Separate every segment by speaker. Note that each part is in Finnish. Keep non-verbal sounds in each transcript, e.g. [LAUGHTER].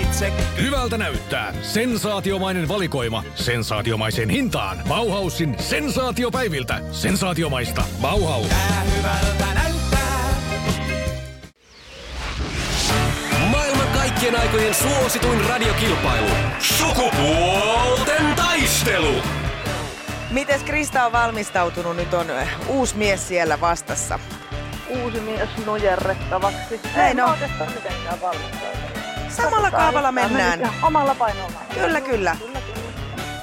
Speaker 1: itse
Speaker 2: Hyvältä näyttää. Sensaatiomainen valikoima. Sensaatiomaiseen hintaan. Bauhausin sensaatiopäiviltä. Sensaatiomaista. Bauhaus.
Speaker 1: Tää hyvältä näyttää.
Speaker 3: Maailman kaikkien aikojen suosituin radiokilpailu. Sukupuolten taistelu.
Speaker 4: Mites Krista on valmistautunut? Nyt on ö, uusi mies siellä vastassa.
Speaker 5: uusi mies nujerrettavaksi.
Speaker 4: Näin
Speaker 5: En
Speaker 4: on.
Speaker 5: ole tässä mitenkään valmistautunut.
Speaker 4: no. Samalla kaavalla
Speaker 5: Tää
Speaker 4: mennään.
Speaker 5: meni ihan Omalla painolla.
Speaker 4: Kyllä, kyllä.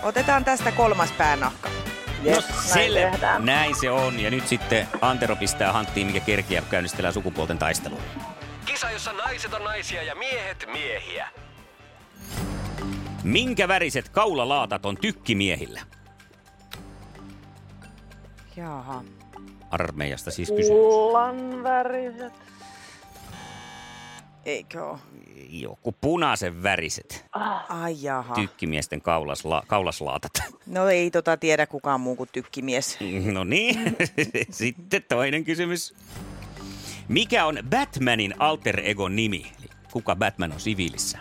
Speaker 4: Otetaan tästä kolmas päänahka.
Speaker 5: Yes, näin
Speaker 6: sel-
Speaker 5: tehdään.
Speaker 6: No, Näin se on. Ja nyt sitten Antero pistää hanttiin, mikä kerkiä käynnistellään sukupuolten taistelua.
Speaker 3: Kisa, jossa naiset on naisia ja miehet miehiä.
Speaker 6: Minkä väriset kaulalaatat on tykkimiehillä?
Speaker 4: Jaha.
Speaker 6: Armeijasta siis kysymys.
Speaker 5: Kullan väriset.
Speaker 4: Eikö oo?
Speaker 6: Joku punaisen väriset
Speaker 5: Ah.
Speaker 4: Ai jaha.
Speaker 6: tykkimiesten kaulasla- kaulaslaatat.
Speaker 4: No ei tota tiedä kukaan muu kuin tykkimies.
Speaker 6: [LAUGHS] No niin, [LAUGHS] sitten toinen kysymys. Mikä on Batmanin alter ego nimi? Eli Kuka Batman on siviilissä?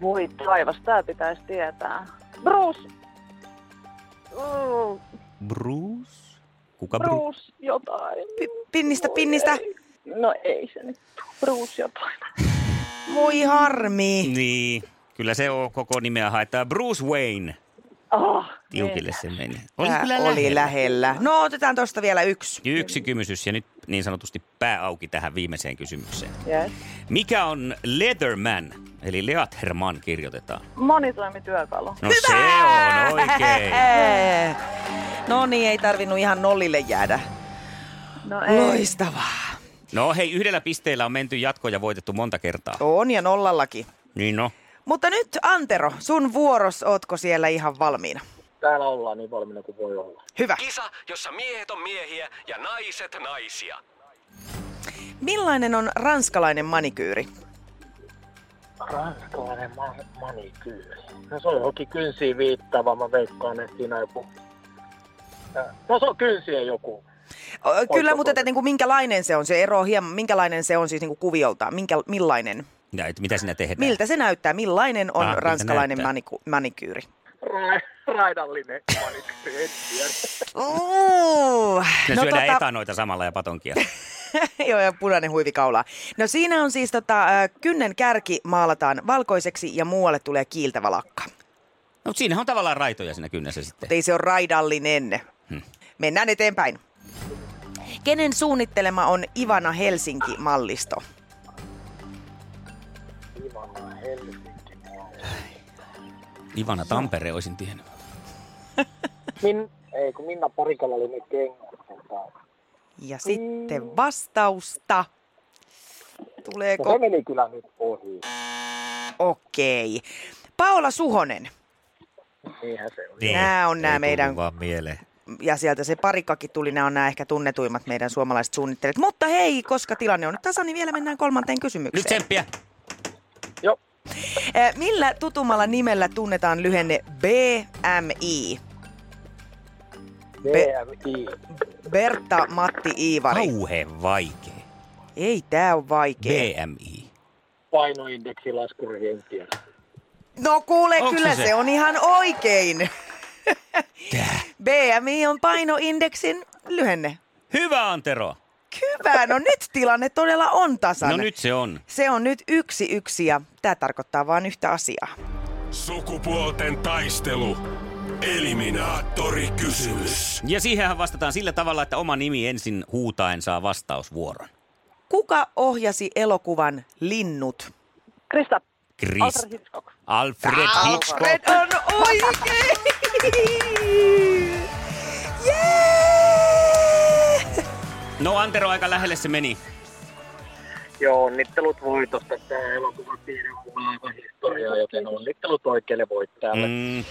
Speaker 5: Voi taivas, tää pitäisi tietää. Bruce. Mm,
Speaker 6: Bruce? Kuka Bruce?
Speaker 5: Bruce jotain.
Speaker 4: P- pinnistä, pinnistä.
Speaker 5: No ei se nyt. Bruce jotain.
Speaker 4: Voi harmi.
Speaker 6: Niin, kyllä se on koko nimeä haetaan. Bruce Wayne.
Speaker 5: Ah,
Speaker 6: Tiukille se meni.
Speaker 4: Tää oli lähellä. No otetaan tosta vielä yksi.
Speaker 6: Ja yksi kysymys ja nyt niin sanotusti pää auki tähän viimeiseen kysymykseen.
Speaker 5: Yes.
Speaker 6: Mikä on Leatherman, eli Leatherman kirjoitetaan?
Speaker 5: Monitoimityökalu.
Speaker 6: No se on oikein.
Speaker 4: No niin, ei tarvinnut ihan nollille jäädä.
Speaker 5: No ei.
Speaker 4: Loistavaa.
Speaker 6: No hei, yhdellä pisteellä on menty jatkoon ja voitettu monta kertaa.
Speaker 4: On ja nollallakin.
Speaker 6: Niin no.
Speaker 4: Mutta nyt Antero, sun vuoros, ootko siellä ihan valmiina?
Speaker 7: Täällä ollaan niin valmiina kuin voi olla.
Speaker 4: Hyvä.
Speaker 3: Kisa, jossa miehet on miehiä ja naiset naisia.
Speaker 4: Millainen on ranskalainen manikyyri?
Speaker 7: Ranskalainen man- manikyyri. No se on johonkin kynsiin viittaava, mä veikkaan, että siinä on joku... No se on kynsien joku.
Speaker 4: Ö, Kyllä,
Speaker 7: Oikea
Speaker 4: mutta että, niin kuin, minkälainen se on? Se ero hieman, minkälainen se on siis niin kuin kuvioltaan? Minkä, millainen?
Speaker 6: Ja, et mitä sinä tehdään?
Speaker 4: Miltä se näyttää? Millainen on
Speaker 6: Ah, miltä
Speaker 4: ranskalainen
Speaker 6: näyttää?
Speaker 4: maniku- manikyyri?
Speaker 7: Ra- raidallinen manikyyri, en tiedä.
Speaker 4: Uh,
Speaker 6: Ne no, syödään tota... etanoita samalla ja patonkia.
Speaker 4: [LAUGHS] Joo, ja punainen huivikaula. No siinä on siis tota, ö, kynnen kärki maalataan valkoiseksi ja muualle tulee kiiltävä lakka.
Speaker 6: No mut siinähän on tavallaan raitoja siinä kynnessä sitten.
Speaker 4: Mutta ei se ole raidallinen. Hmm. Mennään eteenpäin. Kenen suunnittelema on Ivana Helsinki-mallisto?
Speaker 7: Ivana Helsinki.
Speaker 6: Ivana Tampere olisin tiennyt.
Speaker 7: Min... Ei, kun Minna Parikalla oli ne kengät. tota.
Speaker 4: Ja sitten vastausta.
Speaker 7: No se
Speaker 4: Tuleeko?
Speaker 7: meni kyllä nyt ohi.
Speaker 4: Okei. Paola Suhonen.
Speaker 7: Niinhän se oli.
Speaker 4: Nää on
Speaker 6: Niin. Ei
Speaker 4: nää
Speaker 6: tullut
Speaker 4: meidän-
Speaker 6: vaan mieleen.
Speaker 4: Ja sieltä se parikkakin tuli, nämä on nämä ehkä tunnetuimmat meidän suomalaiset suunnittelijat. Mutta hei, koska tilanne on nyt tasa, niin vielä mennään kolmanteen
Speaker 6: Nyt
Speaker 4: kysymykseen.
Speaker 6: tsemppiä.
Speaker 7: Joo.
Speaker 4: Eh, Millä tutumalla nimellä tunnetaan lyhenne BMI?
Speaker 7: BMI.
Speaker 4: Berta Matti Iivari.
Speaker 6: Kauheen vaikea.
Speaker 4: Ei, tää on vaikea.
Speaker 6: BMI.
Speaker 7: Painoindeksi laskuri, en tiedä.
Speaker 4: No kuule,
Speaker 6: Onks se
Speaker 4: kyllä
Speaker 6: se?
Speaker 4: se? on ihan
Speaker 6: [LAUGHS]
Speaker 4: oikein. BMI on painoindeksin lyhenne.
Speaker 6: Hyvä Antero.
Speaker 4: Hyvä, no nyt tilanne todella on tasainen.
Speaker 6: No nyt se on.
Speaker 4: Se on nyt yksi yksi ja tämä tarkoittaa vain yhtä asiaa.
Speaker 1: Sukupuolten taistelu. Eliminaattori kysymys.
Speaker 6: Ja siihenhän vastataan sillä tavalla, että oma nimi ensin huutaen saa vastausvuoron.
Speaker 4: Kuka ohjasi elokuvan Linnut?
Speaker 5: Krista.
Speaker 6: Chris.
Speaker 5: Alfred Hitchcock.
Speaker 6: Alfred Hitchcock.
Speaker 4: on
Speaker 6: [LAUGHS]
Speaker 4: oikein! Jee!
Speaker 6: No Antero, aika lähelle se meni.
Speaker 7: Joo, onnittelut voitosta. Tämä elokuva piirre on aivan historiaa, joten onnittelut oikealle voittajalle.
Speaker 6: Mm.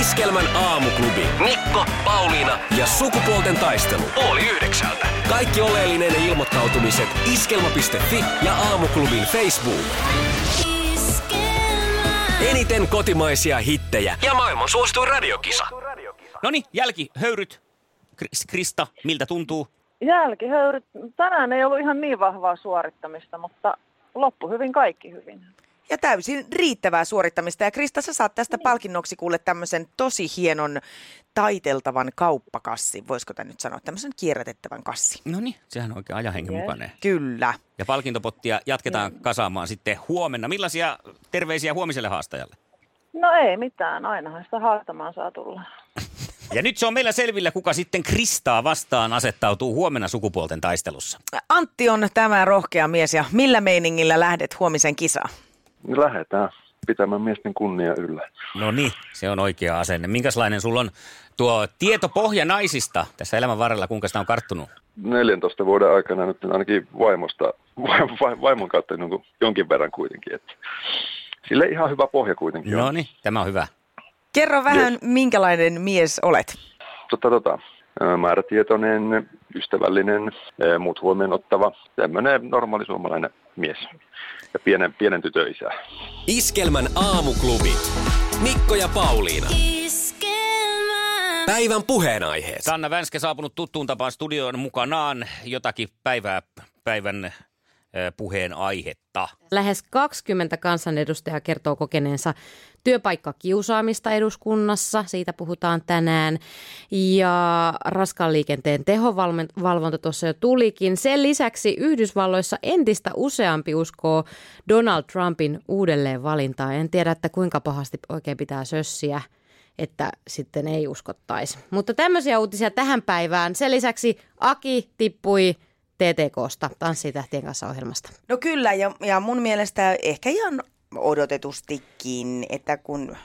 Speaker 3: Iskelmän aamuklubi. Mikko, Pauliina ja sukupuolten taistelu. Oli yhdeksältä. Kaikki oleellinen ilmoittautumiset iskelma.fi ja aamuklubin Facebook. Eniten kotimaisia hittejä ja maailman suosituin radiokisa.
Speaker 6: No niin, jälkihöyryt. Kris- Krista, miltä tuntuu?
Speaker 5: Jälkihöyryt. Tänään ei ollut ihan niin vahvaa suorittamista, mutta loppu hyvin, kaikki hyvin.
Speaker 4: Ja täysin riittävää suorittamista. Ja Krista, sä saat tästä palkinnoksi kuule tämmöisen tosi hienon taiteltavan kauppakassin. Voisiko tämä nyt sanoa? Tämmöisen kierrätettävän kassi.
Speaker 6: No niin, sehän on oikein ajahengen
Speaker 5: Yes.
Speaker 6: mukainen.
Speaker 4: Kyllä.
Speaker 6: Ja palkintopottia jatketaan kasaamaan sitten huomenna. Millaisia terveisiä huomiselle haastajalle?
Speaker 5: No ei mitään, ainahan sitä haastamaan saa tulla.
Speaker 6: Ja nyt se on meillä selvillä, kuka sitten Kristaa vastaan asettautuu huomenna sukupuolten taistelussa.
Speaker 4: Antti on tämä rohkea mies ja millä meiningillä lähdet huomisen kisaan?
Speaker 8: Niin lähdetään pitämään miesten kunnia yllä.
Speaker 6: No niin, se on oikea asenne. Minkälainen sulla on tuo tietopohja naisista tässä elämän varrella, kuinka sitä on karttunut?
Speaker 8: 14 vuoden aikana nyt ainakin vaimosta, va- va- vaimon kautta jonkun- jonkin verran kuitenkin. Että sille ihan hyvä pohja kuitenkin
Speaker 6: No
Speaker 8: on.
Speaker 6: niin, tämä on hyvä.
Speaker 4: Kerro vähän, minkälainen mies olet.
Speaker 8: Tota, tota, ö, määrätietoinen, ystävällinen, ö, muut huomioon ottava, tämmöinen normaali suomalainen mies ja pienen, pienen tytön isä.
Speaker 3: Iskelmän aamuklubi. Mikko ja Pauliina. Päivän puheenaiheet.
Speaker 6: Sanna Vänskä saapunut tuttuun tapaan studioon mukanaan jotakin päivää, päivän äh, puheen aihetta.
Speaker 9: Lähes 20 kansanedustajaa kertoo kokeneensa työpaikkakiusaamista eduskunnassa, siitä puhutaan tänään. Ja raskaan liikenteen tehovalvonta tuossa jo tulikin. Sen lisäksi Yhdysvalloissa entistä useampi uskoo Donald Trumpin uudelleen valintaan. En tiedä, että kuinka pahasti oikein pitää sössiä että sitten ei uskottaisi. Mutta tämmöisiä uutisia tähän päivään. Sen lisäksi Aki tippui TTKsta, Tanssitähtien kanssa ohjelmasta.
Speaker 4: No kyllä, ja, ja mun mielestä ehkä ihan odotetustikin, että kun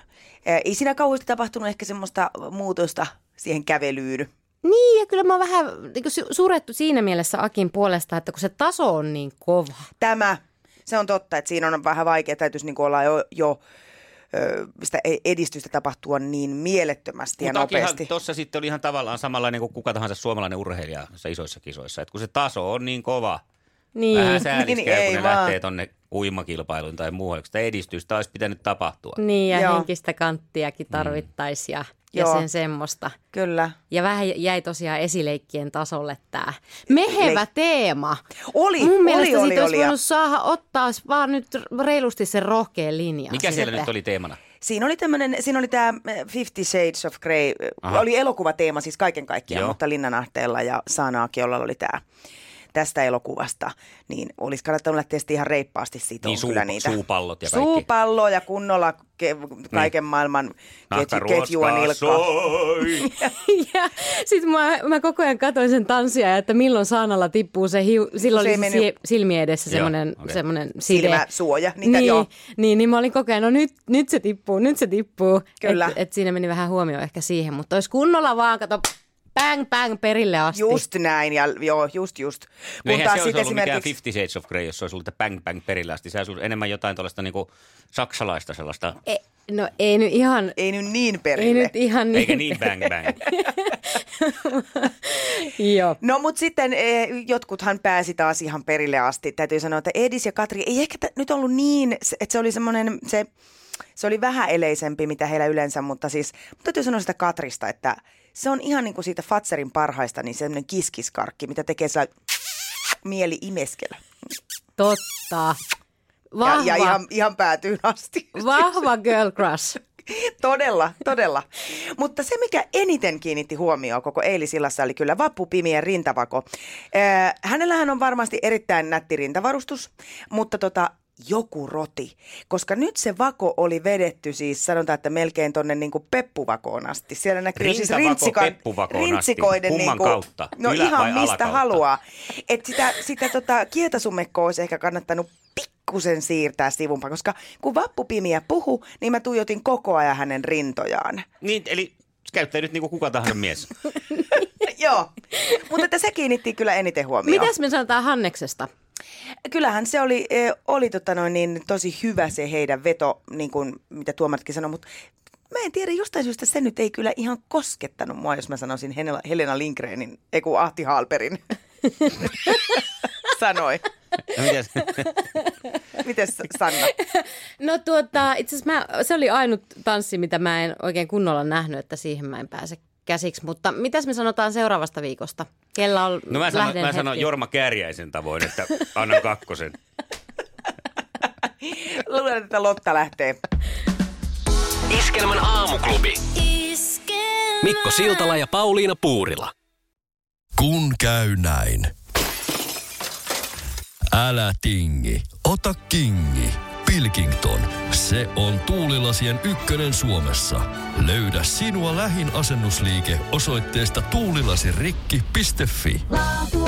Speaker 4: ää, ei siinä kauheasti tapahtunut ehkä semmoista muutosta siihen kävelyyn.
Speaker 9: Niin, ja kyllä mä oon vähän niin kuin surettu siinä mielessä Akin puolesta, että kun se taso on niin kova.
Speaker 4: Tämä, se on totta, että siinä on vähän vaikea, täytyisi niin olla jo, jo ö, sitä e- edistystä tapahtua niin mielettömästi ja
Speaker 6: Mutta Akihan
Speaker 4: nopeasti.
Speaker 6: Tuossa sitten oli ihan tavallaan samanlainen kuin kuka tahansa suomalainen urheilija noissa isoissa kisoissa. Et kun se taso on niin kova,
Speaker 9: Niin.
Speaker 6: vähän sääliskää,
Speaker 4: Niin,
Speaker 6: niin,
Speaker 4: ei
Speaker 6: kun ne
Speaker 4: vaan.
Speaker 6: lähtee tonne uimakilpailuun tai muuhun. kun Sitä edistystä olisi pitänyt tapahtua.
Speaker 9: Niin, ja
Speaker 4: Joo.
Speaker 9: Joo. henkistä kanttiakin
Speaker 6: Niin.
Speaker 9: tarvittaisiin ja, ja
Speaker 4: Joo.
Speaker 9: sen semmoista.
Speaker 4: Kyllä.
Speaker 9: Ja vähän jäi tosiaan esileikkien tasolle tämä mehevä teema.
Speaker 4: Oli,
Speaker 9: Mun
Speaker 4: oli,
Speaker 9: mielestä
Speaker 4: oli,
Speaker 9: siitä olisi
Speaker 4: oli, ja-
Speaker 9: voinut saada ottaa vaan nyt reilusti sen rohkeen linjan.
Speaker 6: Mikä
Speaker 9: Siis,
Speaker 6: siellä
Speaker 9: että-
Speaker 6: nyt oli teemana?
Speaker 4: Siinä oli tämmönen, siinä oli tämä Fifty Shades of Grey,
Speaker 6: Aha.
Speaker 4: Aha. oli elokuvateema siis kaiken kaikkiaan,
Speaker 6: Joo.
Speaker 4: Joo. mutta Linnanahteella ja Saana Akiolla oli tämä tästä elokuvasta, niin olisi kannattanut lähteä sitten ihan reippaasti siitä
Speaker 6: Niin, suu-
Speaker 4: kyllä niitä.
Speaker 6: suupallot ja kaikki. Niin.
Speaker 4: Suupallo ja kunnolla ke- kaiken maailman ketju, ketjua
Speaker 6: Nahkaruoskaa [LAUGHS]
Speaker 4: nilkkaa.
Speaker 6: soi.
Speaker 9: [LAUGHS] Ja sit mä, mä koko ajan katsoin sen tanssia, että milloin Saanalla tippuu se hiu,
Speaker 4: No
Speaker 9: silloin
Speaker 4: Se
Speaker 9: oli
Speaker 4: ei
Speaker 9: se
Speaker 4: mennyt-
Speaker 9: sie- silmien edessä
Speaker 6: Joo,
Speaker 9: semmoinen
Speaker 6: okei.
Speaker 9: okay. side.
Speaker 4: Silmäsuoja, niitä
Speaker 9: niin,
Speaker 4: joo.
Speaker 9: Niin, niin mä olin koko ajan, no nyt, nyt se tippuu, nyt se tippuu.
Speaker 4: Kyllä.
Speaker 9: Et, et siinä meni vähän huomio ehkä siihen, mutta olisi kunnolla vaan, kato, bang, bang, perille asti.
Speaker 4: Just näin, ja joo, just just.
Speaker 6: No eihän se olisi ollut mikään Fifty Shades of Grey, jos se olisi ollut että bang bang perillä asti. Sehän olisi ollut enemmän jotain tuollaista niinku saksalaista sellaista,
Speaker 9: E, no ei nyt ihan,
Speaker 4: ei nyt niin
Speaker 9: ei
Speaker 4: perille.
Speaker 9: nyt ihan
Speaker 6: eikä niin bang bang.
Speaker 9: [LAUGHS]
Speaker 6: niin.
Speaker 9: joo.
Speaker 4: No mutta sitten eh, jotkuthan pääsi taas ihan perille asti. Täytyy sanoa, että Edis ja Katri ei ehkä t- nyt ollut niin, se- että se oli semmoinen, se, se oli vähän eleisempi mitä heillä yleensä, mutta siis mutta täytyy sanoa sitä Katrista, että se on ihan niin kuin siitä Fatserin parhaista, niin semmoinen kiskiskarkki, mitä tekee sillä mieli imeskellä.
Speaker 9: Totta.
Speaker 4: Ja,
Speaker 9: Vahva,
Speaker 4: ja ihan, ihan päätyyn asti.
Speaker 9: vahva girl crush.
Speaker 4: [LAUGHS] Todella, todella. Mutta se, mikä eniten kiinnitti huomioon koko eilisillassa, oli kyllä Vappu Pimien rintavako. Ää, hänellähän on varmasti erittäin nätti rintavarustus, mutta tota, joku roti. Koska nyt se vako oli vedetty siis, sanotaan, että melkein tonne niin kuin peppuvakoon asti. Siellä näkyy siis
Speaker 6: Rintavako
Speaker 4: rintsika-
Speaker 6: peppuvakoon asti.
Speaker 4: rintsikoiden
Speaker 6: Kumman
Speaker 4: niin kuin,
Speaker 6: kautta?
Speaker 4: No
Speaker 6: Ylä- vai
Speaker 4: ihan mistä
Speaker 6: alakautta?
Speaker 4: haluaa. Et sitä, sitä tota, kietasumekkoa olisi ehkä kannattanut pikkusen siirtää sivumpaan, koska kun vappupimiä puhu, niin mä tuijotin koko ajan hänen rintojaan.
Speaker 6: niin, eli se käyttää nyt niinku kuka tahansa
Speaker 9: [LAUGHS]
Speaker 6: mies.
Speaker 4: [LAUGHS] Joo, mutta että se kiinnitti kyllä eniten huomioon.
Speaker 9: Mitäs me sanotaan Hanneksesta?
Speaker 4: Kyllähän se oli, eh, oli tota noin, niin tosi hyvä se heidän veto, niin kuin mitä tuomaritkin sanoi, mutta mä en tiedä, jostain syystä se nyt ei kyllä ihan koskettanut mua, jos mä sanoisin Henela- Helena Lindgrenin, ei kun Ahti Halperin. [LAUGHS] Sanoi.
Speaker 6: No mitäs?
Speaker 4: Mites Sanna?
Speaker 9: No tuota, itse asiassa mä, se oli ainut tanssi, mitä mä en oikein kunnolla nähnyt, että siihen mä en pääse käsiksi. Mutta mitäs me sanotaan seuraavasta viikosta? Kella on
Speaker 6: No mä sanon,
Speaker 9: lähden
Speaker 6: mä sanon
Speaker 9: hetki.
Speaker 6: Jorma Kärjäisen tavoin, että annan kakkosen.
Speaker 4: Luulen, että Lotta lähtee.
Speaker 9: Iskelmän aamuklubi. Mikko Siltala ja Pauliina Puurila.
Speaker 3: Kun käy näin. Älä tingi, ota kingi. Pilkington, se on tuulilasien ykkönen Suomessa. Löydä sinua lähin asennusliike osoitteesta tuulilasirikki.fi.
Speaker 10: Laatu